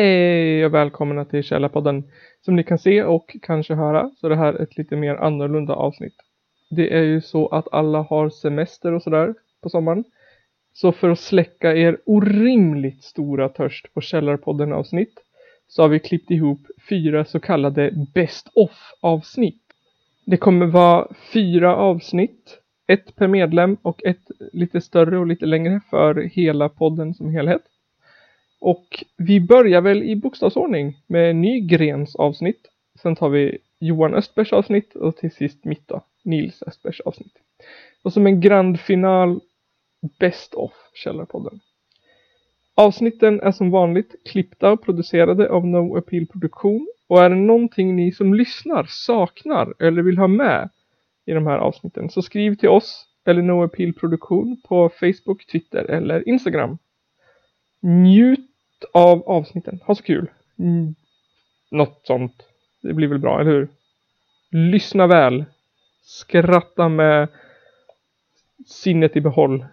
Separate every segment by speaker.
Speaker 1: Hej och välkomna till Källarpodden! Som ni kan se och kanske höra så är det här ett lite mer annorlunda avsnitt. Det är ju så att alla har semester och sådär på sommaren. Så för att släcka er orimligt stora törst på Källarpodden avsnitt så har vi klippt ihop fyra så kallade best off avsnitt. Det kommer vara fyra avsnitt, ett per medlem och ett lite större och lite längre för hela podden som helhet. Och vi börjar väl i bokstavsordning med Nygrens avsnitt. Sen tar vi Johan Östbergs avsnitt och till sist mitt då, Nils Östbergs avsnitt. Och som en grand final, Best of Källarpodden. Avsnitten är som vanligt klippta och producerade av No Appeal Produktion och är det någonting ni som lyssnar saknar eller vill ha med i de här avsnitten så skriv till oss eller No Appeal Produktion på Facebook, Twitter eller Instagram. Njut av avsnitten. Ha så kul. Mm. Något sånt. Det blir väl bra, eller hur? Lyssna väl. Skratta med sinnet i behåll.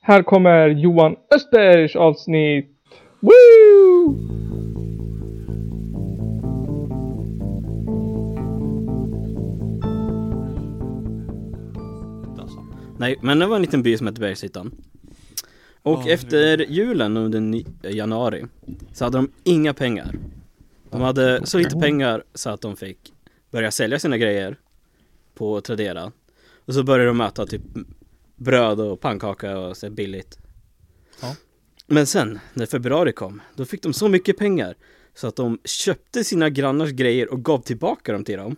Speaker 1: Här kommer Johan Östbergs avsnitt. Woo!
Speaker 2: Alltså.
Speaker 3: Nej, men det var en liten by som hette Bergshyttan. Och
Speaker 2: Ja,
Speaker 3: efter julen under ni- januari så hade de inga pengar. De hade så lite pengar så att de fick börja sälja sina grejer på Tradera. Och så började de äta typ bröd och pannkaka och så här billigt.
Speaker 2: Ja.
Speaker 3: Men sen när februari kom, då fick de så mycket pengar så att de köpte sina grannars grejer och gav tillbaka dem till dem.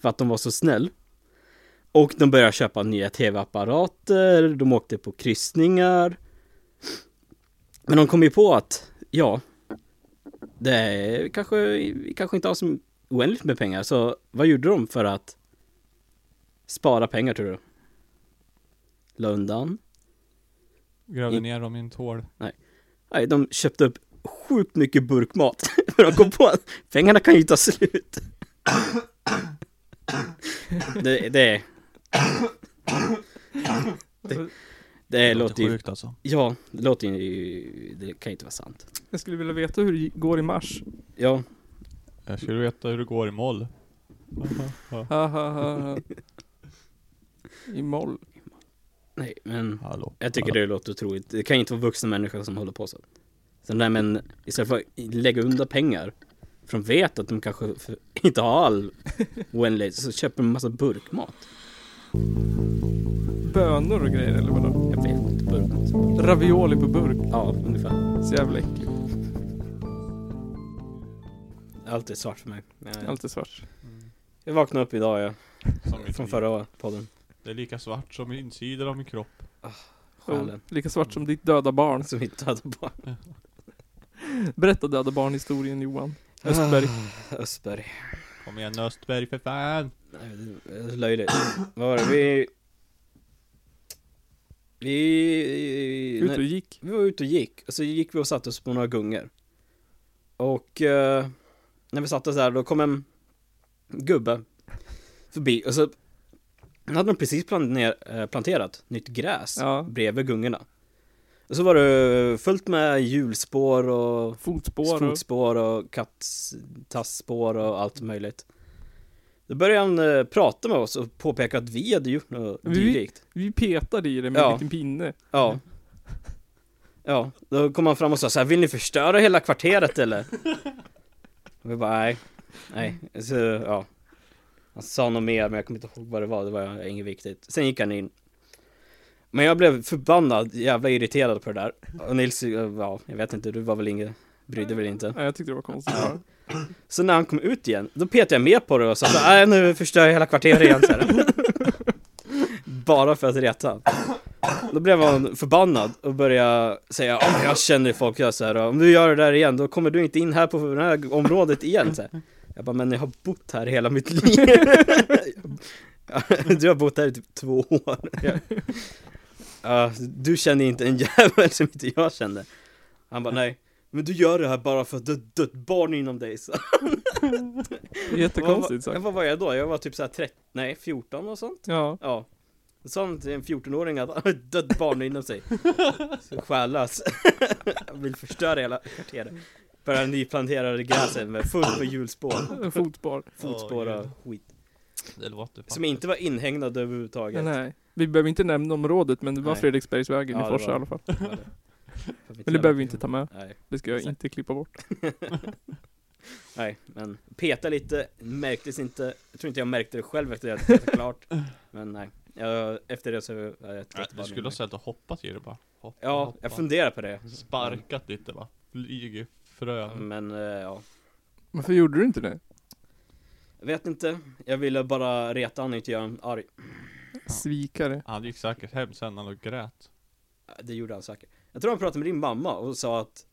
Speaker 3: För att de var så snäll. Och de började köpa nya tv-apparater, de åkte på kryssningar. Men de kom ju på att, ja, det är, kanske, vi kanske inte har så oändligt med pengar, så vad gjorde de för att spara pengar tror du? La undan?
Speaker 2: Grävde
Speaker 3: I-
Speaker 2: ner dem i en tål.
Speaker 3: Nej, de köpte upp sjukt mycket burkmat, för de kom på att pengarna kan ju ta slut. det, det, det, det låter ju
Speaker 2: sjukt alltså.
Speaker 3: Ja, det låter ju... Det kan ju inte vara sant.
Speaker 1: Jag skulle vilja veta hur det går i mars.
Speaker 3: Ja,
Speaker 2: Jag skulle veta hur det går i moll.
Speaker 1: Ha, ha, ha, ha. I moll.
Speaker 3: nej men...
Speaker 2: Hallå.
Speaker 3: Jag tycker det låter otroligt. Det kan ju inte vara vuxna människor som håller på så. Så nej men, istället för att lägga undan pengar, för de vet att de kanske för- inte har all oändlighet, så köper de en massa burkmat.
Speaker 1: Bönor och grejer eller vadå?
Speaker 3: Jag vet inte, burkmat.
Speaker 1: Ravioli på burk.
Speaker 3: Ja, ungefär.
Speaker 1: Så jävla äckligt.
Speaker 3: Allt är svart för mig. Jag,
Speaker 1: Allt är svart.
Speaker 3: jag vaknade upp idag, ja.
Speaker 2: Som mitt
Speaker 3: Från
Speaker 2: liv.
Speaker 3: förra podden.
Speaker 2: Det är lika svart som insidan av min kropp.
Speaker 3: Själen.
Speaker 1: Lika svart som ditt döda barn.
Speaker 3: Som vi dödade barn.
Speaker 1: Berätta döda barn-historien Johan. Östberg.
Speaker 3: Östberg.
Speaker 2: Kom igen Östberg för fan!
Speaker 3: Nej, det är löjligt. Vad var det? Vi... Vi...
Speaker 1: Ut och
Speaker 3: Nej,
Speaker 1: gick.
Speaker 3: vi var ute och gick, och så gick vi och satte oss på några gungor. Och eh, när vi satte oss där, då kom en gubbe förbi, och så hade de precis planer, eh, planterat nytt gräs
Speaker 1: Ja.
Speaker 3: bredvid gungorna. Och så var det fullt med hjulspår och
Speaker 1: Fotspår. och-
Speaker 3: fotspår och kattassspår och allt möjligt. Då började han eh, prata med oss och påpeka att vi hade gjort något
Speaker 1: Vi-
Speaker 3: dylikt.
Speaker 1: Vi petade i det med
Speaker 3: Ja.
Speaker 1: en liten pinne.
Speaker 3: Ja. Ja, då kom han fram och sa så här, vill ni förstöra hela kvarteret eller? Och vi bara, nej. Nej, så ja. Han sa något mer, men jag kommer inte ihåg vad det var, det var inget viktigt. Sen gick han in. Men jag blev förbannad, jävla irriterad på det där. Och Nils, ja, jag vet inte, du var väl ingen, brydde väl inte.
Speaker 1: Ja, jag tyckte det var konstigt. bara.
Speaker 3: Så när han kom ut igen, då petade jag med på det och sa så här, "Nej, nu förstör jag hela kvarteret igen så här. Bara för att reta han. Då blev han förbannad och började säga om jag känner folk jag så här, om du gör det där igen då kommer du inte in här på det här området igen så här. Jag bara, men jag har bott här hela mitt liv Du har bott här i typ två år Jag- Ja, Du känner inte en jävel som inte jag känner Han bara, nej men du gör det här bara för att du har ett dött barn inom dig så
Speaker 1: Jättekonstigt
Speaker 3: vad,
Speaker 1: sagt.
Speaker 3: vad var jag då? Jag var typ såhär 13, nej 14 och sånt
Speaker 1: Ja.
Speaker 3: Ja Då sa han till en 14-åring att han har ett dött barn inom sig. Så själlös. Han vill förstöra hela kvarteret. Börjar nyplantera gräset med fullt med hjulspår,
Speaker 1: Fotspår.
Speaker 3: fotspår och skit.
Speaker 2: Det låter fan.
Speaker 3: Som inte var inhägnad överhuvudtaget.
Speaker 1: Nej. Vi behöver inte nämna området men det var
Speaker 3: Nej.
Speaker 1: Fredriksbergsvägen i
Speaker 3: Ja, det
Speaker 1: Forsa
Speaker 3: var
Speaker 1: i alla
Speaker 3: det.
Speaker 1: fall.
Speaker 3: Ja, det-
Speaker 1: Men det behöver vi inte ta med.
Speaker 3: Nej.
Speaker 1: Det ska jag
Speaker 3: Exakt.
Speaker 1: inte klippa bort.
Speaker 3: Nej, men peta lite, märktes inte. Jag tror inte jag märkte det själv efter att jag petat klart. Men nej, jag, efter det så har jag ett
Speaker 2: Nej,
Speaker 3: gott
Speaker 2: du
Speaker 3: barn
Speaker 2: skulle
Speaker 3: nu.
Speaker 2: ha sett och hoppat i det bara. Hoppa,
Speaker 3: Ja,
Speaker 2: hoppa.
Speaker 3: jag funderar på det.
Speaker 2: Sparkat lite va? Flyger frön.
Speaker 3: Men eh, ja,
Speaker 1: Varför gjorde du inte det?
Speaker 3: jag vet inte. Jag ville bara reta honom och inte göra honom arg.
Speaker 1: Svikare.
Speaker 2: Han gick säkert hem sen han och grät.
Speaker 3: Det gjorde han säkert. Jag tror han pratade med din mamma och sa att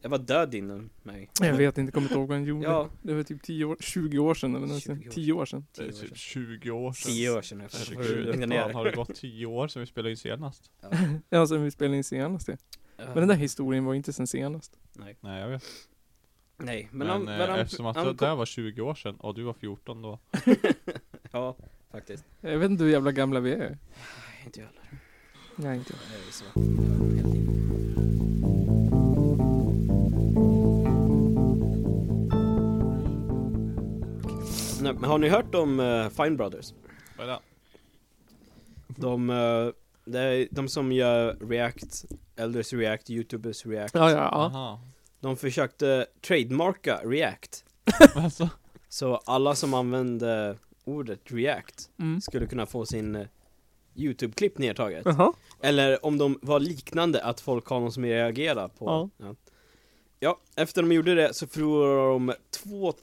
Speaker 3: jag var död innan mig.
Speaker 1: Jag vet inte, kommer inte ihåg vad han gjorde.
Speaker 3: Ja.
Speaker 1: Det var typ 10 år, 20 år sedan eller
Speaker 3: 20 år
Speaker 1: nästan
Speaker 3: sedan.
Speaker 1: 10 år sedan.
Speaker 2: Det
Speaker 3: Tio
Speaker 2: är
Speaker 3: år
Speaker 2: typ
Speaker 3: sedan.
Speaker 2: 20 år sedan.
Speaker 3: Tio år sedan. Jag får lugna
Speaker 2: Herregud,
Speaker 3: ner
Speaker 2: fan, har det
Speaker 3: dig.
Speaker 2: gått 10 år sedan vi spelade in senast?
Speaker 1: Ja, sen vi spelade in senast det. Men den där historien var ju inte sen senast.
Speaker 2: Nej jag vet.
Speaker 3: Nej, men,
Speaker 2: Men,
Speaker 3: han,
Speaker 2: eh,
Speaker 3: men han,
Speaker 2: eftersom att
Speaker 3: han
Speaker 2: det
Speaker 3: kom-
Speaker 2: där var 20 år sedan och du var 14 då.
Speaker 3: Ja, faktiskt.
Speaker 1: Jag vet inte hur jävla gamla vi är.
Speaker 3: Nej, inte jag heller.
Speaker 1: Nej, inte
Speaker 3: Det är ju så. Jag är helt in. Nej, men har ni hört om eh, Fine Brothers?
Speaker 2: Vad är det?
Speaker 3: De, eh, det är de som gör React, Elders React, Youtubers React
Speaker 1: Ja, ja, ja.
Speaker 2: Aha.
Speaker 3: De försökte trademarka React
Speaker 2: Alltså,
Speaker 3: Så alla som använde ordet React
Speaker 1: Mm.
Speaker 3: skulle kunna få sin eh, Youtube-klipp nedtaget
Speaker 1: Jaha.
Speaker 3: Eller om de var liknande, att folk har någon som reagerar på
Speaker 1: Ja.
Speaker 3: Ja, ja efter de gjorde det så förlorade de två,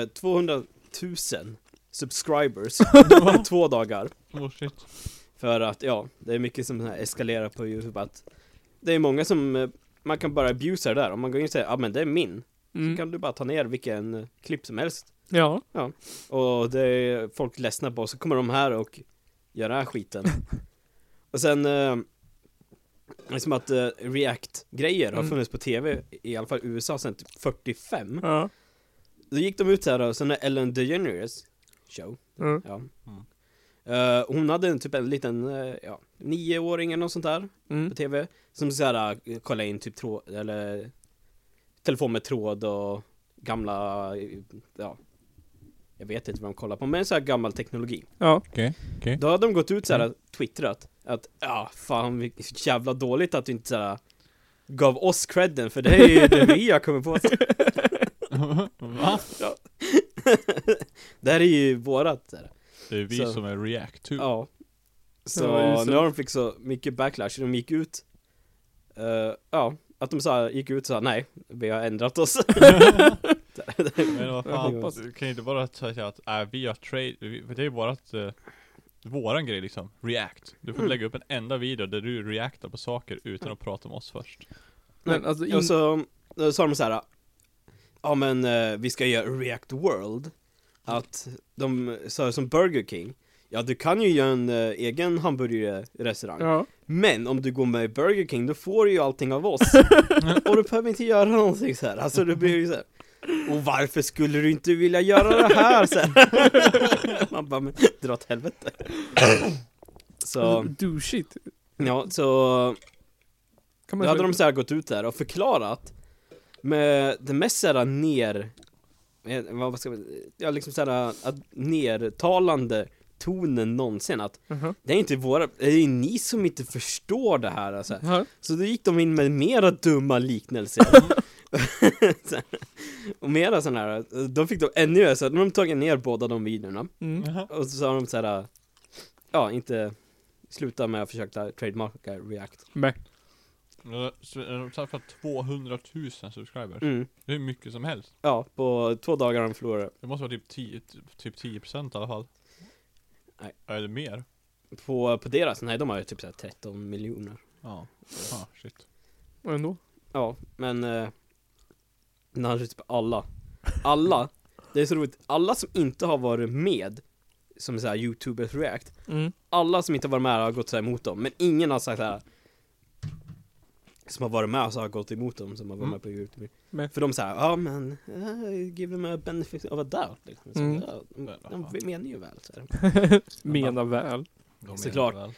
Speaker 3: eh, 200 000 subscribers på två dagar
Speaker 2: oh shit.
Speaker 3: För att, ja, det är mycket som så här eskalerar på Youtube att Det är många som, eh, man kan bara abusa det där, om man går in och säger ja ah, men det är min
Speaker 1: Mm.
Speaker 3: kan du bara ta ner vilken eh, klipp som helst
Speaker 1: Ja.
Speaker 3: Och det är folk ledsna på, så kommer de här och gör den här skiten Och sen, eh, liksom att eh, React-grejer har
Speaker 1: Mm.
Speaker 3: funnits på TV, i alla fall i USA sedan typ 45
Speaker 1: Ja.
Speaker 3: Då gick de ut så här och sen är Ellen DeGeneres show
Speaker 1: Mm.
Speaker 3: Ja. Eh, hon hade en, typ en liten, eh, ja, nioåring eller något sånt där
Speaker 1: Mm.
Speaker 3: på TV Som såhär, eh, kollade in typ tråd, eller telefon med tråd och gamla, eh, ja Jag vet inte vad de kollar på, men såhär gammal teknologi
Speaker 1: Ja.
Speaker 2: Okej.
Speaker 3: Då hade de gått ut såhär, twittrat Att, ja fan vilket jävla dåligt att du inte såhär Gav oss credden för det är ju det vi har kommit på
Speaker 2: Va?
Speaker 3: Det här är ju vårat såhär.
Speaker 2: Det är vi
Speaker 3: Så.
Speaker 2: som är react to.
Speaker 3: Ja Så
Speaker 1: Det var ju
Speaker 3: nu
Speaker 1: så-
Speaker 3: har de fick så mycket backlash, så de gick ut eh, Ja, att de så här, gick ut och sa nej, vi har ändrat oss
Speaker 2: Men vad fan,
Speaker 1: hoppas.
Speaker 2: du kan ju inte bara säga att äh, vi har trade, vi- det är ju vårat eh, Våran grej liksom, react. Du får
Speaker 3: Mm.
Speaker 2: lägga upp en enda video där du reactar på saker utan att prata med oss först.
Speaker 1: Men alltså, in...
Speaker 3: Och så då sa de så här Ja men eh, vi ska göra React World Att de sa som Burger King Ja du kan ju göra en eh, egen hamburgerrestaurang
Speaker 1: Ja.
Speaker 3: Men om du går med i Burger King då får du ju allting av oss Och du behöver inte göra någonting så här. alltså det blir ju så här. Och varför skulle du inte vilja göra det här så här. Man bara, men dra åt helvete Så,
Speaker 1: Alltså, do shit.
Speaker 3: ja så
Speaker 1: Kan
Speaker 3: då hade de så här gått ut där och förklarat med det mest såhär ner, eh, vad ska man, ja liksom såhär att nertalande tonen någonsin att
Speaker 1: Jaha.
Speaker 3: det är inte våra, det är ju ni som inte förstår det här alltså.
Speaker 1: Ja.
Speaker 3: Så då gick de in med mera dumma liknelser Så här. Och mera sådana här, då fick de ännu, så de tagit ner båda de videorna
Speaker 1: Mm.
Speaker 3: och så sa de såhär, ja inte sluta med att försöka trademarka react
Speaker 1: Nej.
Speaker 2: Men, så, eh, De tappar 200 000 subscribers.
Speaker 3: mm.
Speaker 2: Det är hur mycket som helst.
Speaker 3: Ja, på två dagar de förlorade
Speaker 2: Det måste vara typ 10, typ 10% i alla fall.
Speaker 3: Nej.
Speaker 2: Eller mer.
Speaker 3: på, på deras, nej de har ju typ såhär 13 miljoner
Speaker 2: Ja. Ah, shit.
Speaker 1: Och ändå.
Speaker 3: Ja, men eh, när han typ alla Alla, det är så roligt, alla som inte har varit med Som såhär youtubers react
Speaker 1: Mm.
Speaker 3: Alla som inte har varit med har gått så här emot dem, men ingen har sagt såhär Som har varit med så har gått emot dem som har varit
Speaker 2: Mm.
Speaker 3: med på youtube
Speaker 1: Men-
Speaker 3: För de säger ja men, eh, give them a benefit of a doubt liksom. så,
Speaker 1: Mm.
Speaker 3: ja, de, de menar ju väl så här.
Speaker 1: Mena väl.
Speaker 2: De menar
Speaker 3: Såklart.
Speaker 2: väl.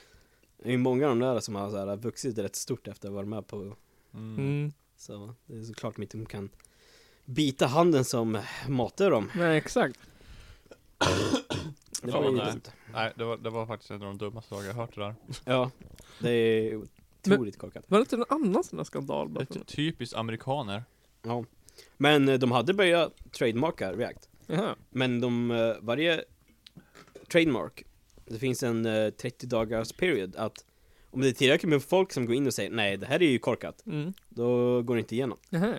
Speaker 3: Det är många av de där som har så här, vuxit rätt stort efter att ha varit med på
Speaker 2: Mm.
Speaker 1: Mm.
Speaker 3: Så det är såklart de inte kan bita handen som matar dem
Speaker 1: Nej, exakt.
Speaker 3: Det
Speaker 2: Fan,
Speaker 3: var ju
Speaker 2: nej.
Speaker 3: dumt
Speaker 2: Nej, det var, det var faktiskt en av de dummaste dagar jag hört det där.
Speaker 3: Ja, det är otroligt korkat
Speaker 1: Var det inte någon annan sån där skandal? bara för-
Speaker 2: Ett typiskt amerikaner.
Speaker 3: Ja Men eh, de hade börjat trademarka React
Speaker 1: Jaha.
Speaker 3: Men de, eh, varje trademark Det finns en eh, 30 dagars period att Om det är tillräckligt med folk som går in och säger nej det här är ju korkat
Speaker 1: Mm.
Speaker 3: Då går det inte igenom
Speaker 1: Jaha.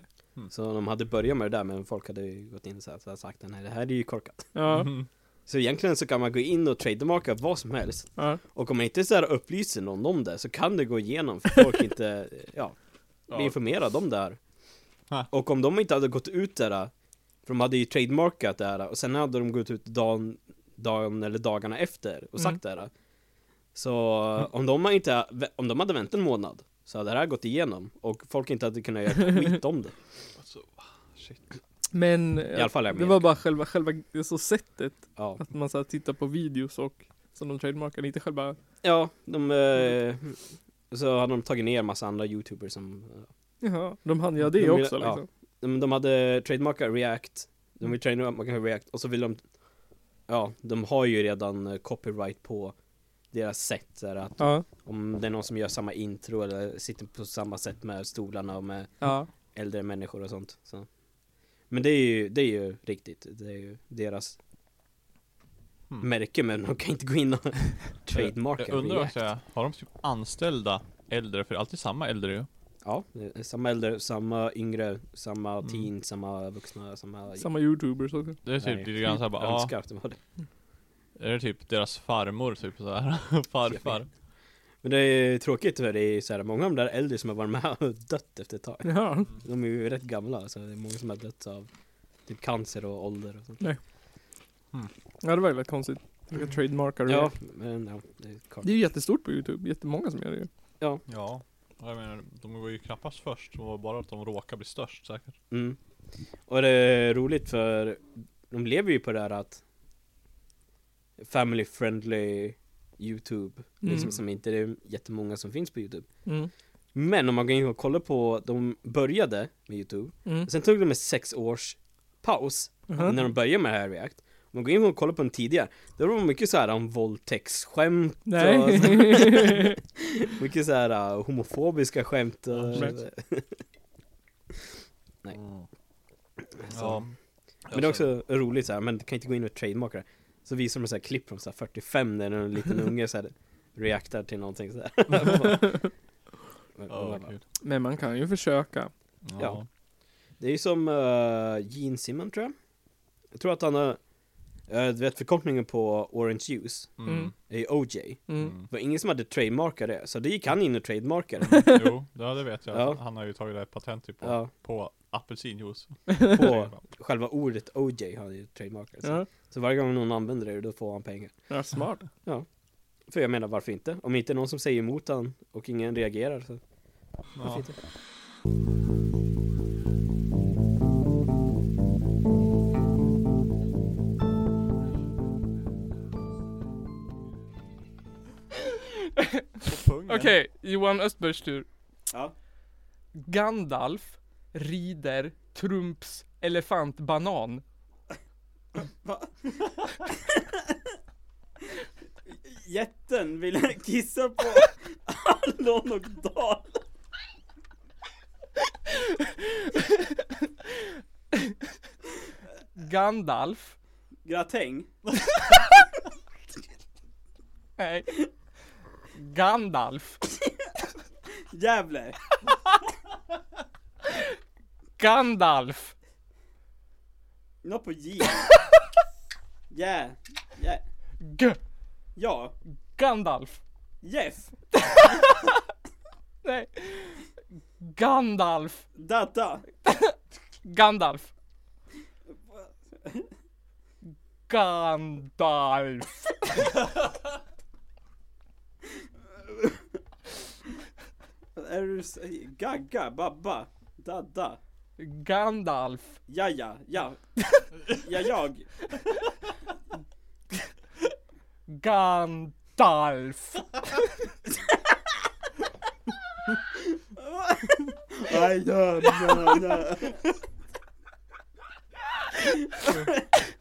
Speaker 3: Så de hade börjat med det där men folk hade ju gått in och så här- så här sagt nej det här är ju korkat
Speaker 1: Ja.
Speaker 2: Mhm.
Speaker 3: Så egentligen så kan man gå in och trademarka vad som helst
Speaker 1: ja.
Speaker 3: Och om man inte så här upplyser någon om det så kan det gå igenom för folk inte, ja, blir
Speaker 2: Ja.
Speaker 3: informerade om det här.
Speaker 2: Ha.
Speaker 3: Och om de inte hade gått ut det här, för de hade ju trademarkat det här och sen hade de gått ut dagen, dagen eller dagarna efter och sagt det här. Så om de inte, om de hade väntat en månad så hade det här gått igenom och folk inte hade kunnat göra skit om det.
Speaker 2: Alltså, shit.
Speaker 1: Men eh,
Speaker 3: I alla fall i
Speaker 1: det
Speaker 3: Amerika.
Speaker 1: var bara själva, själva så sättet
Speaker 3: Ja,
Speaker 1: att man så här, tittar på videos och som de trademarkade, inte själva...
Speaker 3: ja de, eh, så hade de tagit ner massa andra youtubers som eh,
Speaker 1: Jaha, de hann göra det
Speaker 3: De vill-
Speaker 1: också
Speaker 3: ja.
Speaker 1: liksom.
Speaker 3: de, de hade trademarkat React, de vill trademarka React och så vill de Ja, de har ju redan eh, copyright på deras sätt där att
Speaker 1: Ja.
Speaker 3: om det är någon som gör samma intro eller sitter på samma sätt med stolarna och med
Speaker 1: Ja.
Speaker 3: äldre människor och sånt så. Men det är ju, det är ju riktigt, det är ju deras
Speaker 2: Hmm.
Speaker 3: märke men de kan inte gå in och trademarka
Speaker 2: Jag undrar
Speaker 3: React
Speaker 2: också, har de typ anställda äldre? För det är alltid samma äldre ju.
Speaker 3: Ja, det är samma äldre, samma yngre, samma
Speaker 2: Mm.
Speaker 3: teen, samma vuxna, samma
Speaker 1: Samma youtubers också.
Speaker 2: Det är typ
Speaker 3: Nej,
Speaker 2: lite grann såhär bara, ja,
Speaker 3: önskar att de hade
Speaker 2: är det typ deras farmor typ såhär? Farfar.
Speaker 3: Men det är tråkigt för det är så här, många av de där äldre som har varit med har dött efter ett tag.
Speaker 1: Ja.
Speaker 2: Mm.
Speaker 3: De är ju rätt gamla, så det är många som har dött av typ cancer och ålder och sånt.
Speaker 1: ja, det var ju rätt konstigt. Vilka trademarkar och
Speaker 3: Ja,
Speaker 1: grejer.
Speaker 3: men ja, det är klart.
Speaker 1: Det är ju jättestort på youtube, jättemånga som gör det ju.
Speaker 2: Ja. Jag menar, de var ju knappast först, det var bara att de råkade bli störst säkert.
Speaker 3: Mm. Och det är roligt för de lever ju på det här att family friendly YouTube, liksom
Speaker 1: Mm.
Speaker 3: som inte det är jättemånga som finns på YouTube.
Speaker 1: Mm.
Speaker 3: Men om man går in och kollar på, de började med YouTube,
Speaker 1: Mm.
Speaker 3: sen tog de en sex års paus
Speaker 1: Jaha.
Speaker 3: när de börjar med det här React Om man går in och kollar på den tidigare Då var det mycket så här om våldtäktsskämt
Speaker 1: Nej.
Speaker 3: och mycket så här uh, homofobiska skämt och,
Speaker 1: Right.
Speaker 3: Nej.
Speaker 2: Mm. Ja.
Speaker 3: så. Men det är också roligt så här, men du kan inte gå in och trademarka det Så visar de så här klipp från så här 45 när en liten unge så här reaktar till någonting så här. Men-
Speaker 2: Ja,
Speaker 3: men-
Speaker 2: vad kul.
Speaker 1: Men man kan ju försöka.
Speaker 2: Ja.
Speaker 3: Ja. Det är ju som eh, Gene Simon tror jag Jag tror att han har eh, Du vet förkortningen på Orange Juice
Speaker 2: Mm.
Speaker 3: är ju OJ
Speaker 1: Mm.
Speaker 2: Mm.
Speaker 3: Det var ingen som hade trademarkat det, så det gick han in och trademarkade
Speaker 2: Jo, ja, det vet jag.
Speaker 3: Ja.
Speaker 2: Han har ju tagit det här patentet på,
Speaker 3: Ja,
Speaker 2: på apelsinjuice.
Speaker 3: på själva ordet OJ har han ju trademarkat. Så.
Speaker 1: Ja.
Speaker 3: så varje gång någon använder det, då får han pengar.
Speaker 1: ja, smart.
Speaker 3: För jag menar, varför inte? Om inte någon som säger emot han och ingen reagerar så varför
Speaker 2: Ja.
Speaker 3: inte?
Speaker 2: Pungen.
Speaker 1: Okej, Johan Östbergs tur.
Speaker 3: Ja.
Speaker 1: Gandalf rider Trumps elefantbanan.
Speaker 3: Jätten vill kissa på Allon och Dal.
Speaker 1: Gandalf.
Speaker 3: Gratäng.
Speaker 1: Nej. Gandalf.
Speaker 3: Gävle.
Speaker 1: Gandalf.
Speaker 3: Något på J. Ja. Ja.
Speaker 1: G.
Speaker 3: Ja.
Speaker 1: Gandalf.
Speaker 3: Jeff.
Speaker 1: Nej. Gandalf.
Speaker 3: Data.
Speaker 1: Gandalf. Gandalf.
Speaker 3: Är du s- Gagga, Babba, Dadda,
Speaker 1: Gandalf.
Speaker 3: Jaja, ja, ja jag,
Speaker 1: Gandalf. Stalf!
Speaker 4: Nej, no, no, no.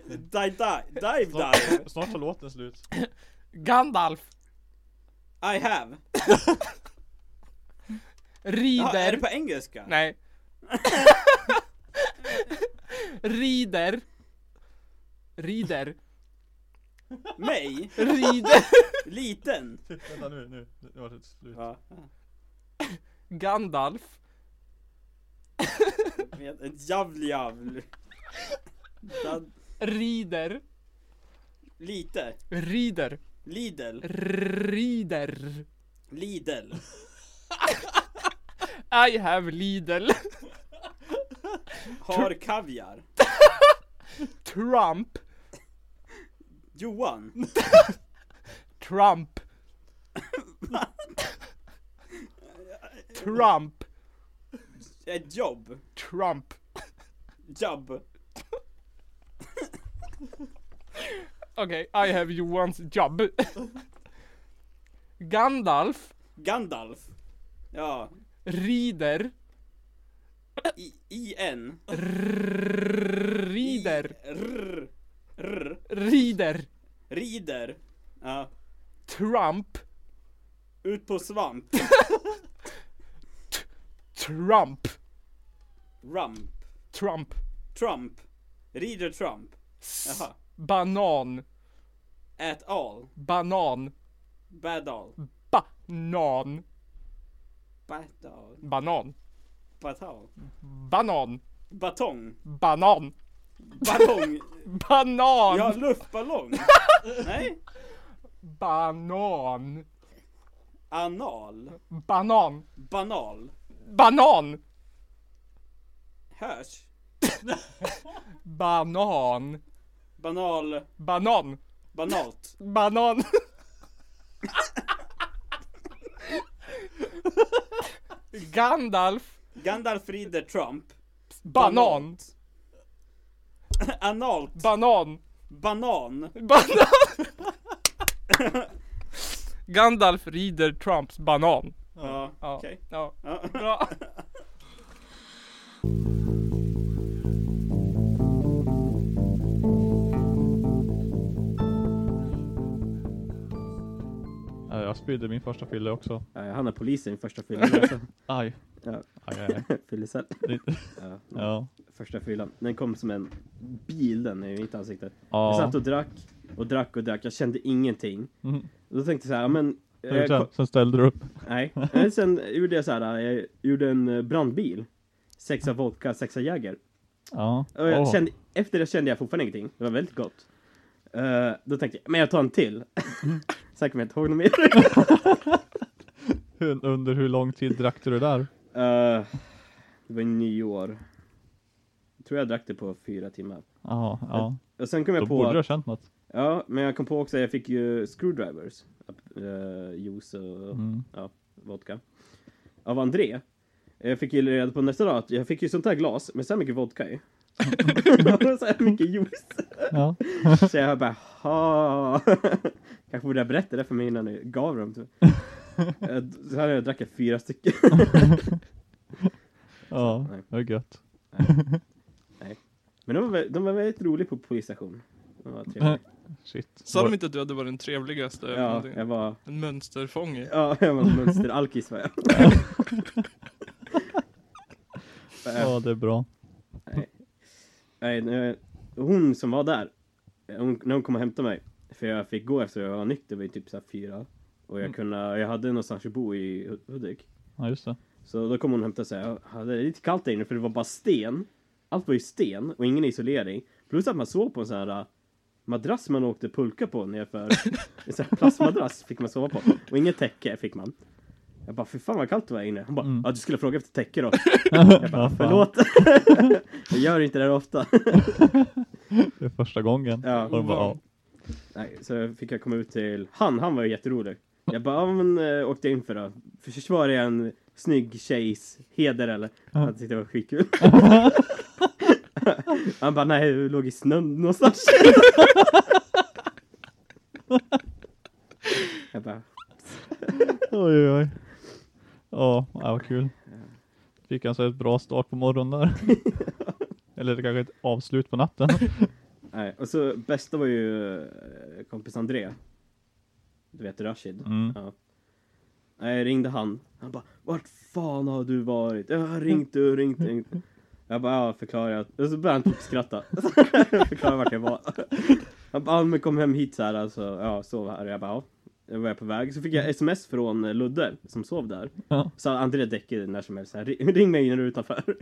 Speaker 4: Die, die, dive, dive.
Speaker 2: Snart, snart tar låten slut.
Speaker 1: Gandalf!
Speaker 4: I have. Ja, är det
Speaker 1: Rider!
Speaker 4: på engelska?
Speaker 1: Nej. Rider. Rider.
Speaker 4: Mig?
Speaker 1: Rider.
Speaker 4: Liten?
Speaker 2: Vänta nu, nu, nu var det slut.
Speaker 4: Ja.
Speaker 1: Gandalf.
Speaker 4: Med en javl javl. Dan-
Speaker 1: Rider.
Speaker 4: Lite.
Speaker 1: Rider.
Speaker 4: Lidl.
Speaker 1: Rider.
Speaker 4: Lidl.
Speaker 1: I have Lidl.
Speaker 4: Har kaviar.
Speaker 1: Trump.
Speaker 4: Johan.
Speaker 1: Trump. Trump.
Speaker 4: Ett jobb.
Speaker 1: Trump.
Speaker 4: Jobb.
Speaker 1: Okej, I have Johans jobb. Gandalf.
Speaker 4: Gandalf. Ja.
Speaker 1: Rider.
Speaker 4: I, i en.
Speaker 1: Rider.
Speaker 4: Rr. Rr.
Speaker 1: Rider.
Speaker 4: Rider. Ja.
Speaker 1: Trump.
Speaker 4: Ut på svamp.
Speaker 1: Trump.
Speaker 4: Rump.
Speaker 1: Trump.
Speaker 4: Trump. Rider Trump.
Speaker 1: S-
Speaker 4: Jaha.
Speaker 1: banan.
Speaker 4: At all.
Speaker 1: Banan.
Speaker 4: Bad all.
Speaker 1: Banan.
Speaker 4: Bad all.
Speaker 1: Banan.
Speaker 4: Bad all.
Speaker 1: Banan.
Speaker 4: Batong.
Speaker 1: Banan.
Speaker 4: Ballong.
Speaker 1: Banan.
Speaker 4: Ja, luftballong. Nej.
Speaker 1: Banan.
Speaker 4: Anal.
Speaker 1: Banan.
Speaker 4: Banal.
Speaker 1: Banan.
Speaker 4: Hörs.
Speaker 1: Banan.
Speaker 4: Banal.
Speaker 1: Banan.
Speaker 4: Banalt.
Speaker 1: Banan. Gandalf.
Speaker 4: Gandalf rider Trump.
Speaker 1: Banan.
Speaker 4: Analt.
Speaker 1: Banan.
Speaker 4: Banan.
Speaker 1: Banan. Gandalf rider Trumps banan.
Speaker 4: Ja,
Speaker 1: Ja.
Speaker 4: okej.
Speaker 1: ja.
Speaker 4: Ja.
Speaker 1: Bra.
Speaker 2: Ja, jag spydde min första fylla också.
Speaker 3: Ja, jag hamnade Eh, polisen i första fyllan också.
Speaker 2: Aj.
Speaker 3: Ja.
Speaker 2: Aj, aj, aj.
Speaker 3: Fyllecell.
Speaker 2: Det är inte-
Speaker 3: Ja.
Speaker 2: Ja.
Speaker 3: Första fyllan. Den kom som en bil den i mitt ansikte. Jag
Speaker 2: Ja.
Speaker 3: satt och drack och drack och drack. Jag kände ingenting.
Speaker 2: Mm.
Speaker 3: Och då tänkte jag så här, ja, men... eh,
Speaker 2: Sen-
Speaker 3: ko-
Speaker 2: Sen, sen ställde du upp.
Speaker 3: nej. Men sen gjorde jag så här, jag gjorde en eh, brandbil. Sexa vodka, sexa Jäger.
Speaker 2: Ja.
Speaker 3: Och jag
Speaker 2: Mm. Åh.
Speaker 3: kände, efter det kände jag fortfarande ingenting. Det var väldigt gott. Eh, då tänkte jag, men jag tar en till.
Speaker 2: Mm.
Speaker 3: Sen kommer jag inte ihåg något mer.
Speaker 2: Hur, under hur lång tid drack du det där?
Speaker 3: Eh, det var nyår. Jag tror jag drack det på fyra timmar.
Speaker 2: Ja, ja.
Speaker 3: Och sen kom jag
Speaker 2: Då
Speaker 3: på...
Speaker 2: borde du ha känt något.
Speaker 3: Ja, men jag kom på också att jag fick ju screwdrivers. eh, juice och
Speaker 2: Mm.
Speaker 3: ja, vodka. Av André. Jag fick ju reda på nästa dag att jag fick ju sånt här glas med så här mycket vodka i. Och så här mycket juice.
Speaker 2: Ja.
Speaker 3: Så jag bara, ha. Kanske borde jag berätta det för mig innan jag gav dem. till- Eh, Så här har jag drack jag fyra stycken.
Speaker 2: Ja,
Speaker 3: Nej.
Speaker 2: det är gött.
Speaker 3: Men de var, vä- de var väldigt roliga på polisstationen. De var trevliga.
Speaker 2: Shit.
Speaker 1: Sa de inte att du hade varit den trevligaste?
Speaker 3: Ja, jag var,
Speaker 1: En mönsterfånge?
Speaker 3: ja, jag var mönsteralkis var jag.
Speaker 2: Ja, det är bra.
Speaker 3: Nej, nu- hon som var där, hon, när hon kom och hämtade mig, för jag fick gå efter jag var nykter vid typ så här fyra. Och jag, kunde, jag hade någonstans att bo i Hud- Hudik.
Speaker 2: Ja, just det.
Speaker 3: Så då kom hon och hämtade sig. Jag hade det lite kallt där inne för det var bara sten. Allt var ju sten och ingen isolering. Plus att man sov på en sån här äh, madrass man åkte pulka på nerför. En sån här plastmadrass fick man sova på. Och inget täcke fick man. Jag bara, fy fan vad kallt det var här inne. Hon bara,
Speaker 2: Mm.
Speaker 3: ja du skulle fråga efter täcke då. Jag bara,
Speaker 2: Ja, fan.
Speaker 3: förlåt. jag gör inte det här ofta.
Speaker 2: Det är första gången.
Speaker 3: Ja.
Speaker 2: Och de bara, ja.
Speaker 3: Nej, så fick jag komma ut till han, han var ju jätterolig. Jag bara, ja, men äh, åkte in för då. Försvarar jag en snygg tjejs heder eller? Han tyckte det var skitkul. han bara, nej, du låg i snön någonstans. jag
Speaker 2: kul. Fick alltså ett bra start på morgonen där. Eller kanske ett avslut på natten.
Speaker 3: Nej, och så bästa var ju eh, kompis André. Du vet Rashid.
Speaker 2: Mm.
Speaker 3: Ja. Nej, jag ringde han. Han bara, vart fan har du varit? Jag har ringt och ringt, och ringt. Jag bara, ja, förklarar. Och så började han typ skratta. förklarar vart jag var. Han bara, ja, men kom hem hit så här, alltså. Ja, sov här. Jag bara, ja. Jag var på väg. Så fick jag sms från eh, Ludde som sov där.
Speaker 2: Ja.
Speaker 3: Så André däckade när som helst. Så här, "Ring- Ring mig när du är utanför.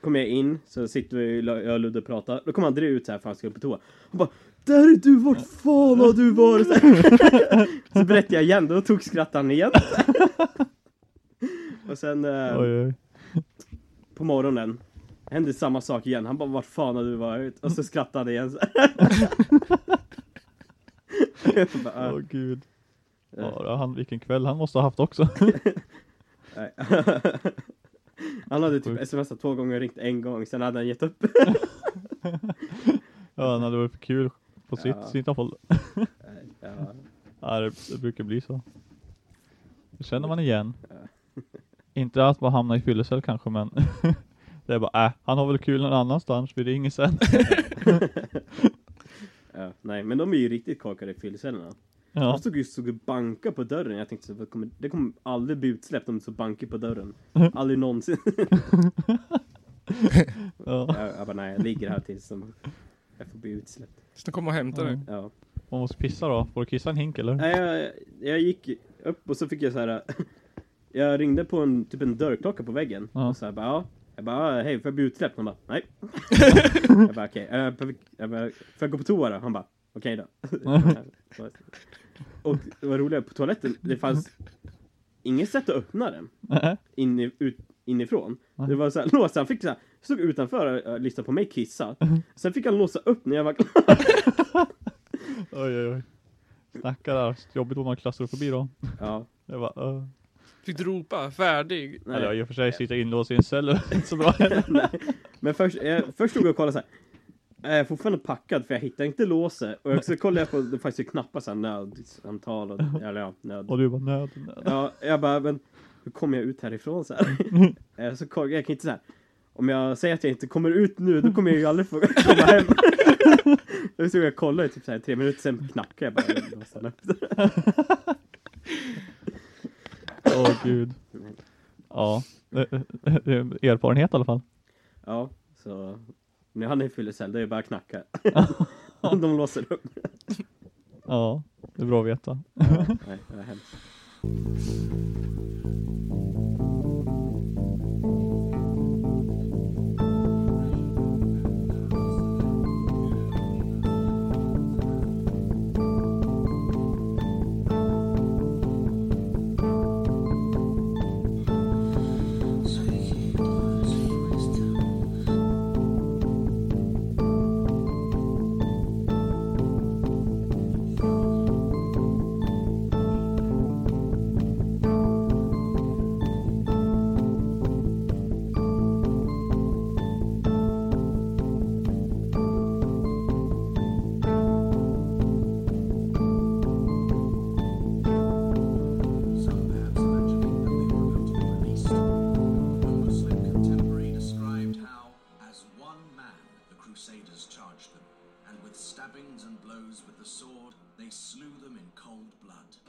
Speaker 3: Kommer jag in, så sitter vi, jag och Ludde och pratar. Då kommer André ut så här för han ska upp på toa. Han bara Där är du, vart fan har du varit? så berättar jag igen, då tog skrattaren igen. och sen eh,
Speaker 2: Oj, oj.
Speaker 3: på morgonen hände samma sak igen. Han bara vart fan har du varit? Och så skrattade han igen. Jag bara,
Speaker 2: Åh
Speaker 3: "Ah,
Speaker 2: gud. Ja, han, vilken kväll han måste ha haft också.
Speaker 3: nej." Han hade typ smsat två gånger och ringt en gång, sen hade han gett upp.
Speaker 2: Ja, han hade varit för kul på sitt,
Speaker 3: Ja.
Speaker 2: sitt håll.
Speaker 3: Ja.
Speaker 2: Ja, det, det brukar bli så. Det känner man igen. Inte att man hamnar i fyllecell kanske, men det är bara äh, han har väl kul någon annanstans, vi ringer sen.
Speaker 3: Ja, nej, men de är ju riktigt korkade i fyllecellerna.
Speaker 2: Ja,
Speaker 3: De stod ju stod och banka på dörren. Jag tänkte så, vad kommer, det kommer aldrig bli utsläppt om det står banker på dörren. Aldrig någonsin.
Speaker 2: ja.
Speaker 3: jag, jag bara, nej, jag ligger här tills de, jag får bli utsläppt.
Speaker 1: Så de kommer och hämtar dig.
Speaker 3: Ja.
Speaker 2: Man måste pissa då. Får du kissa en hink eller?
Speaker 3: Nej, jag, jag gick upp och så fick jag så här. Jag ringde på en, typ en dörrklocka på väggen.
Speaker 2: Ja.
Speaker 3: Och så här, bara, ja. Jag bara, "Ah, hej, får jag bli utsläppt? Han bara, nej. jag bara, okej. eh, får vi- jag bara, Får jag gå på toa då? Han bara, okej då. och det var roligt, på toaletten, det fanns inget sätt att öppna den.
Speaker 2: Nej.
Speaker 3: in, ut, inifrån. Det var så här, låsa, han fick så här, stod utanför och eh, lyssnade på mig kissa. Sen fick han låsa upp när jag var klar.
Speaker 2: Oj, oj, oj. Snackar där. Jobbigt om man klassar förbi då.
Speaker 3: Ja,
Speaker 2: Det var, uh.
Speaker 1: Fick du ropa färdig?
Speaker 3: nej.
Speaker 2: Eller i och för sig, sitta inlåst i en cell är inte så bra heller.
Speaker 3: Men först, jag, först stod jag och kollade så här. Jag är fortfarande packad för jag hittar inte låset. Och så kollade jag på, det fanns ju knappar såhär nödsamtal och, eller ja, nöd.
Speaker 2: Och du bara nöd, nöd.
Speaker 3: Ja, jag bara, men hur kommer jag ut härifrån så här? Eh, så kollade jag, jag kan inte så här. Om jag säger att jag inte kommer ut nu, då kommer jag ju aldrig få komma hem. Då stod jag och kollade i typ så här, tre minuter, sen knackade jag bara. Och sen upp.
Speaker 2: Åh gud. Ja, Eh, det, det är en eh, erfarenhet i alla fall.
Speaker 3: Ja, så nu han är i fyllecell, det är bara att knacka. De låser upp.
Speaker 2: Ja, det är bra att veta.
Speaker 3: Nej, det var hemskt.
Speaker 5: Some maps mentioning that they were about to be released. One Muslim contemporary described how, as one man, the Crusaders charged them, and with stabbings and blows with the sword, they slew them in cold blood.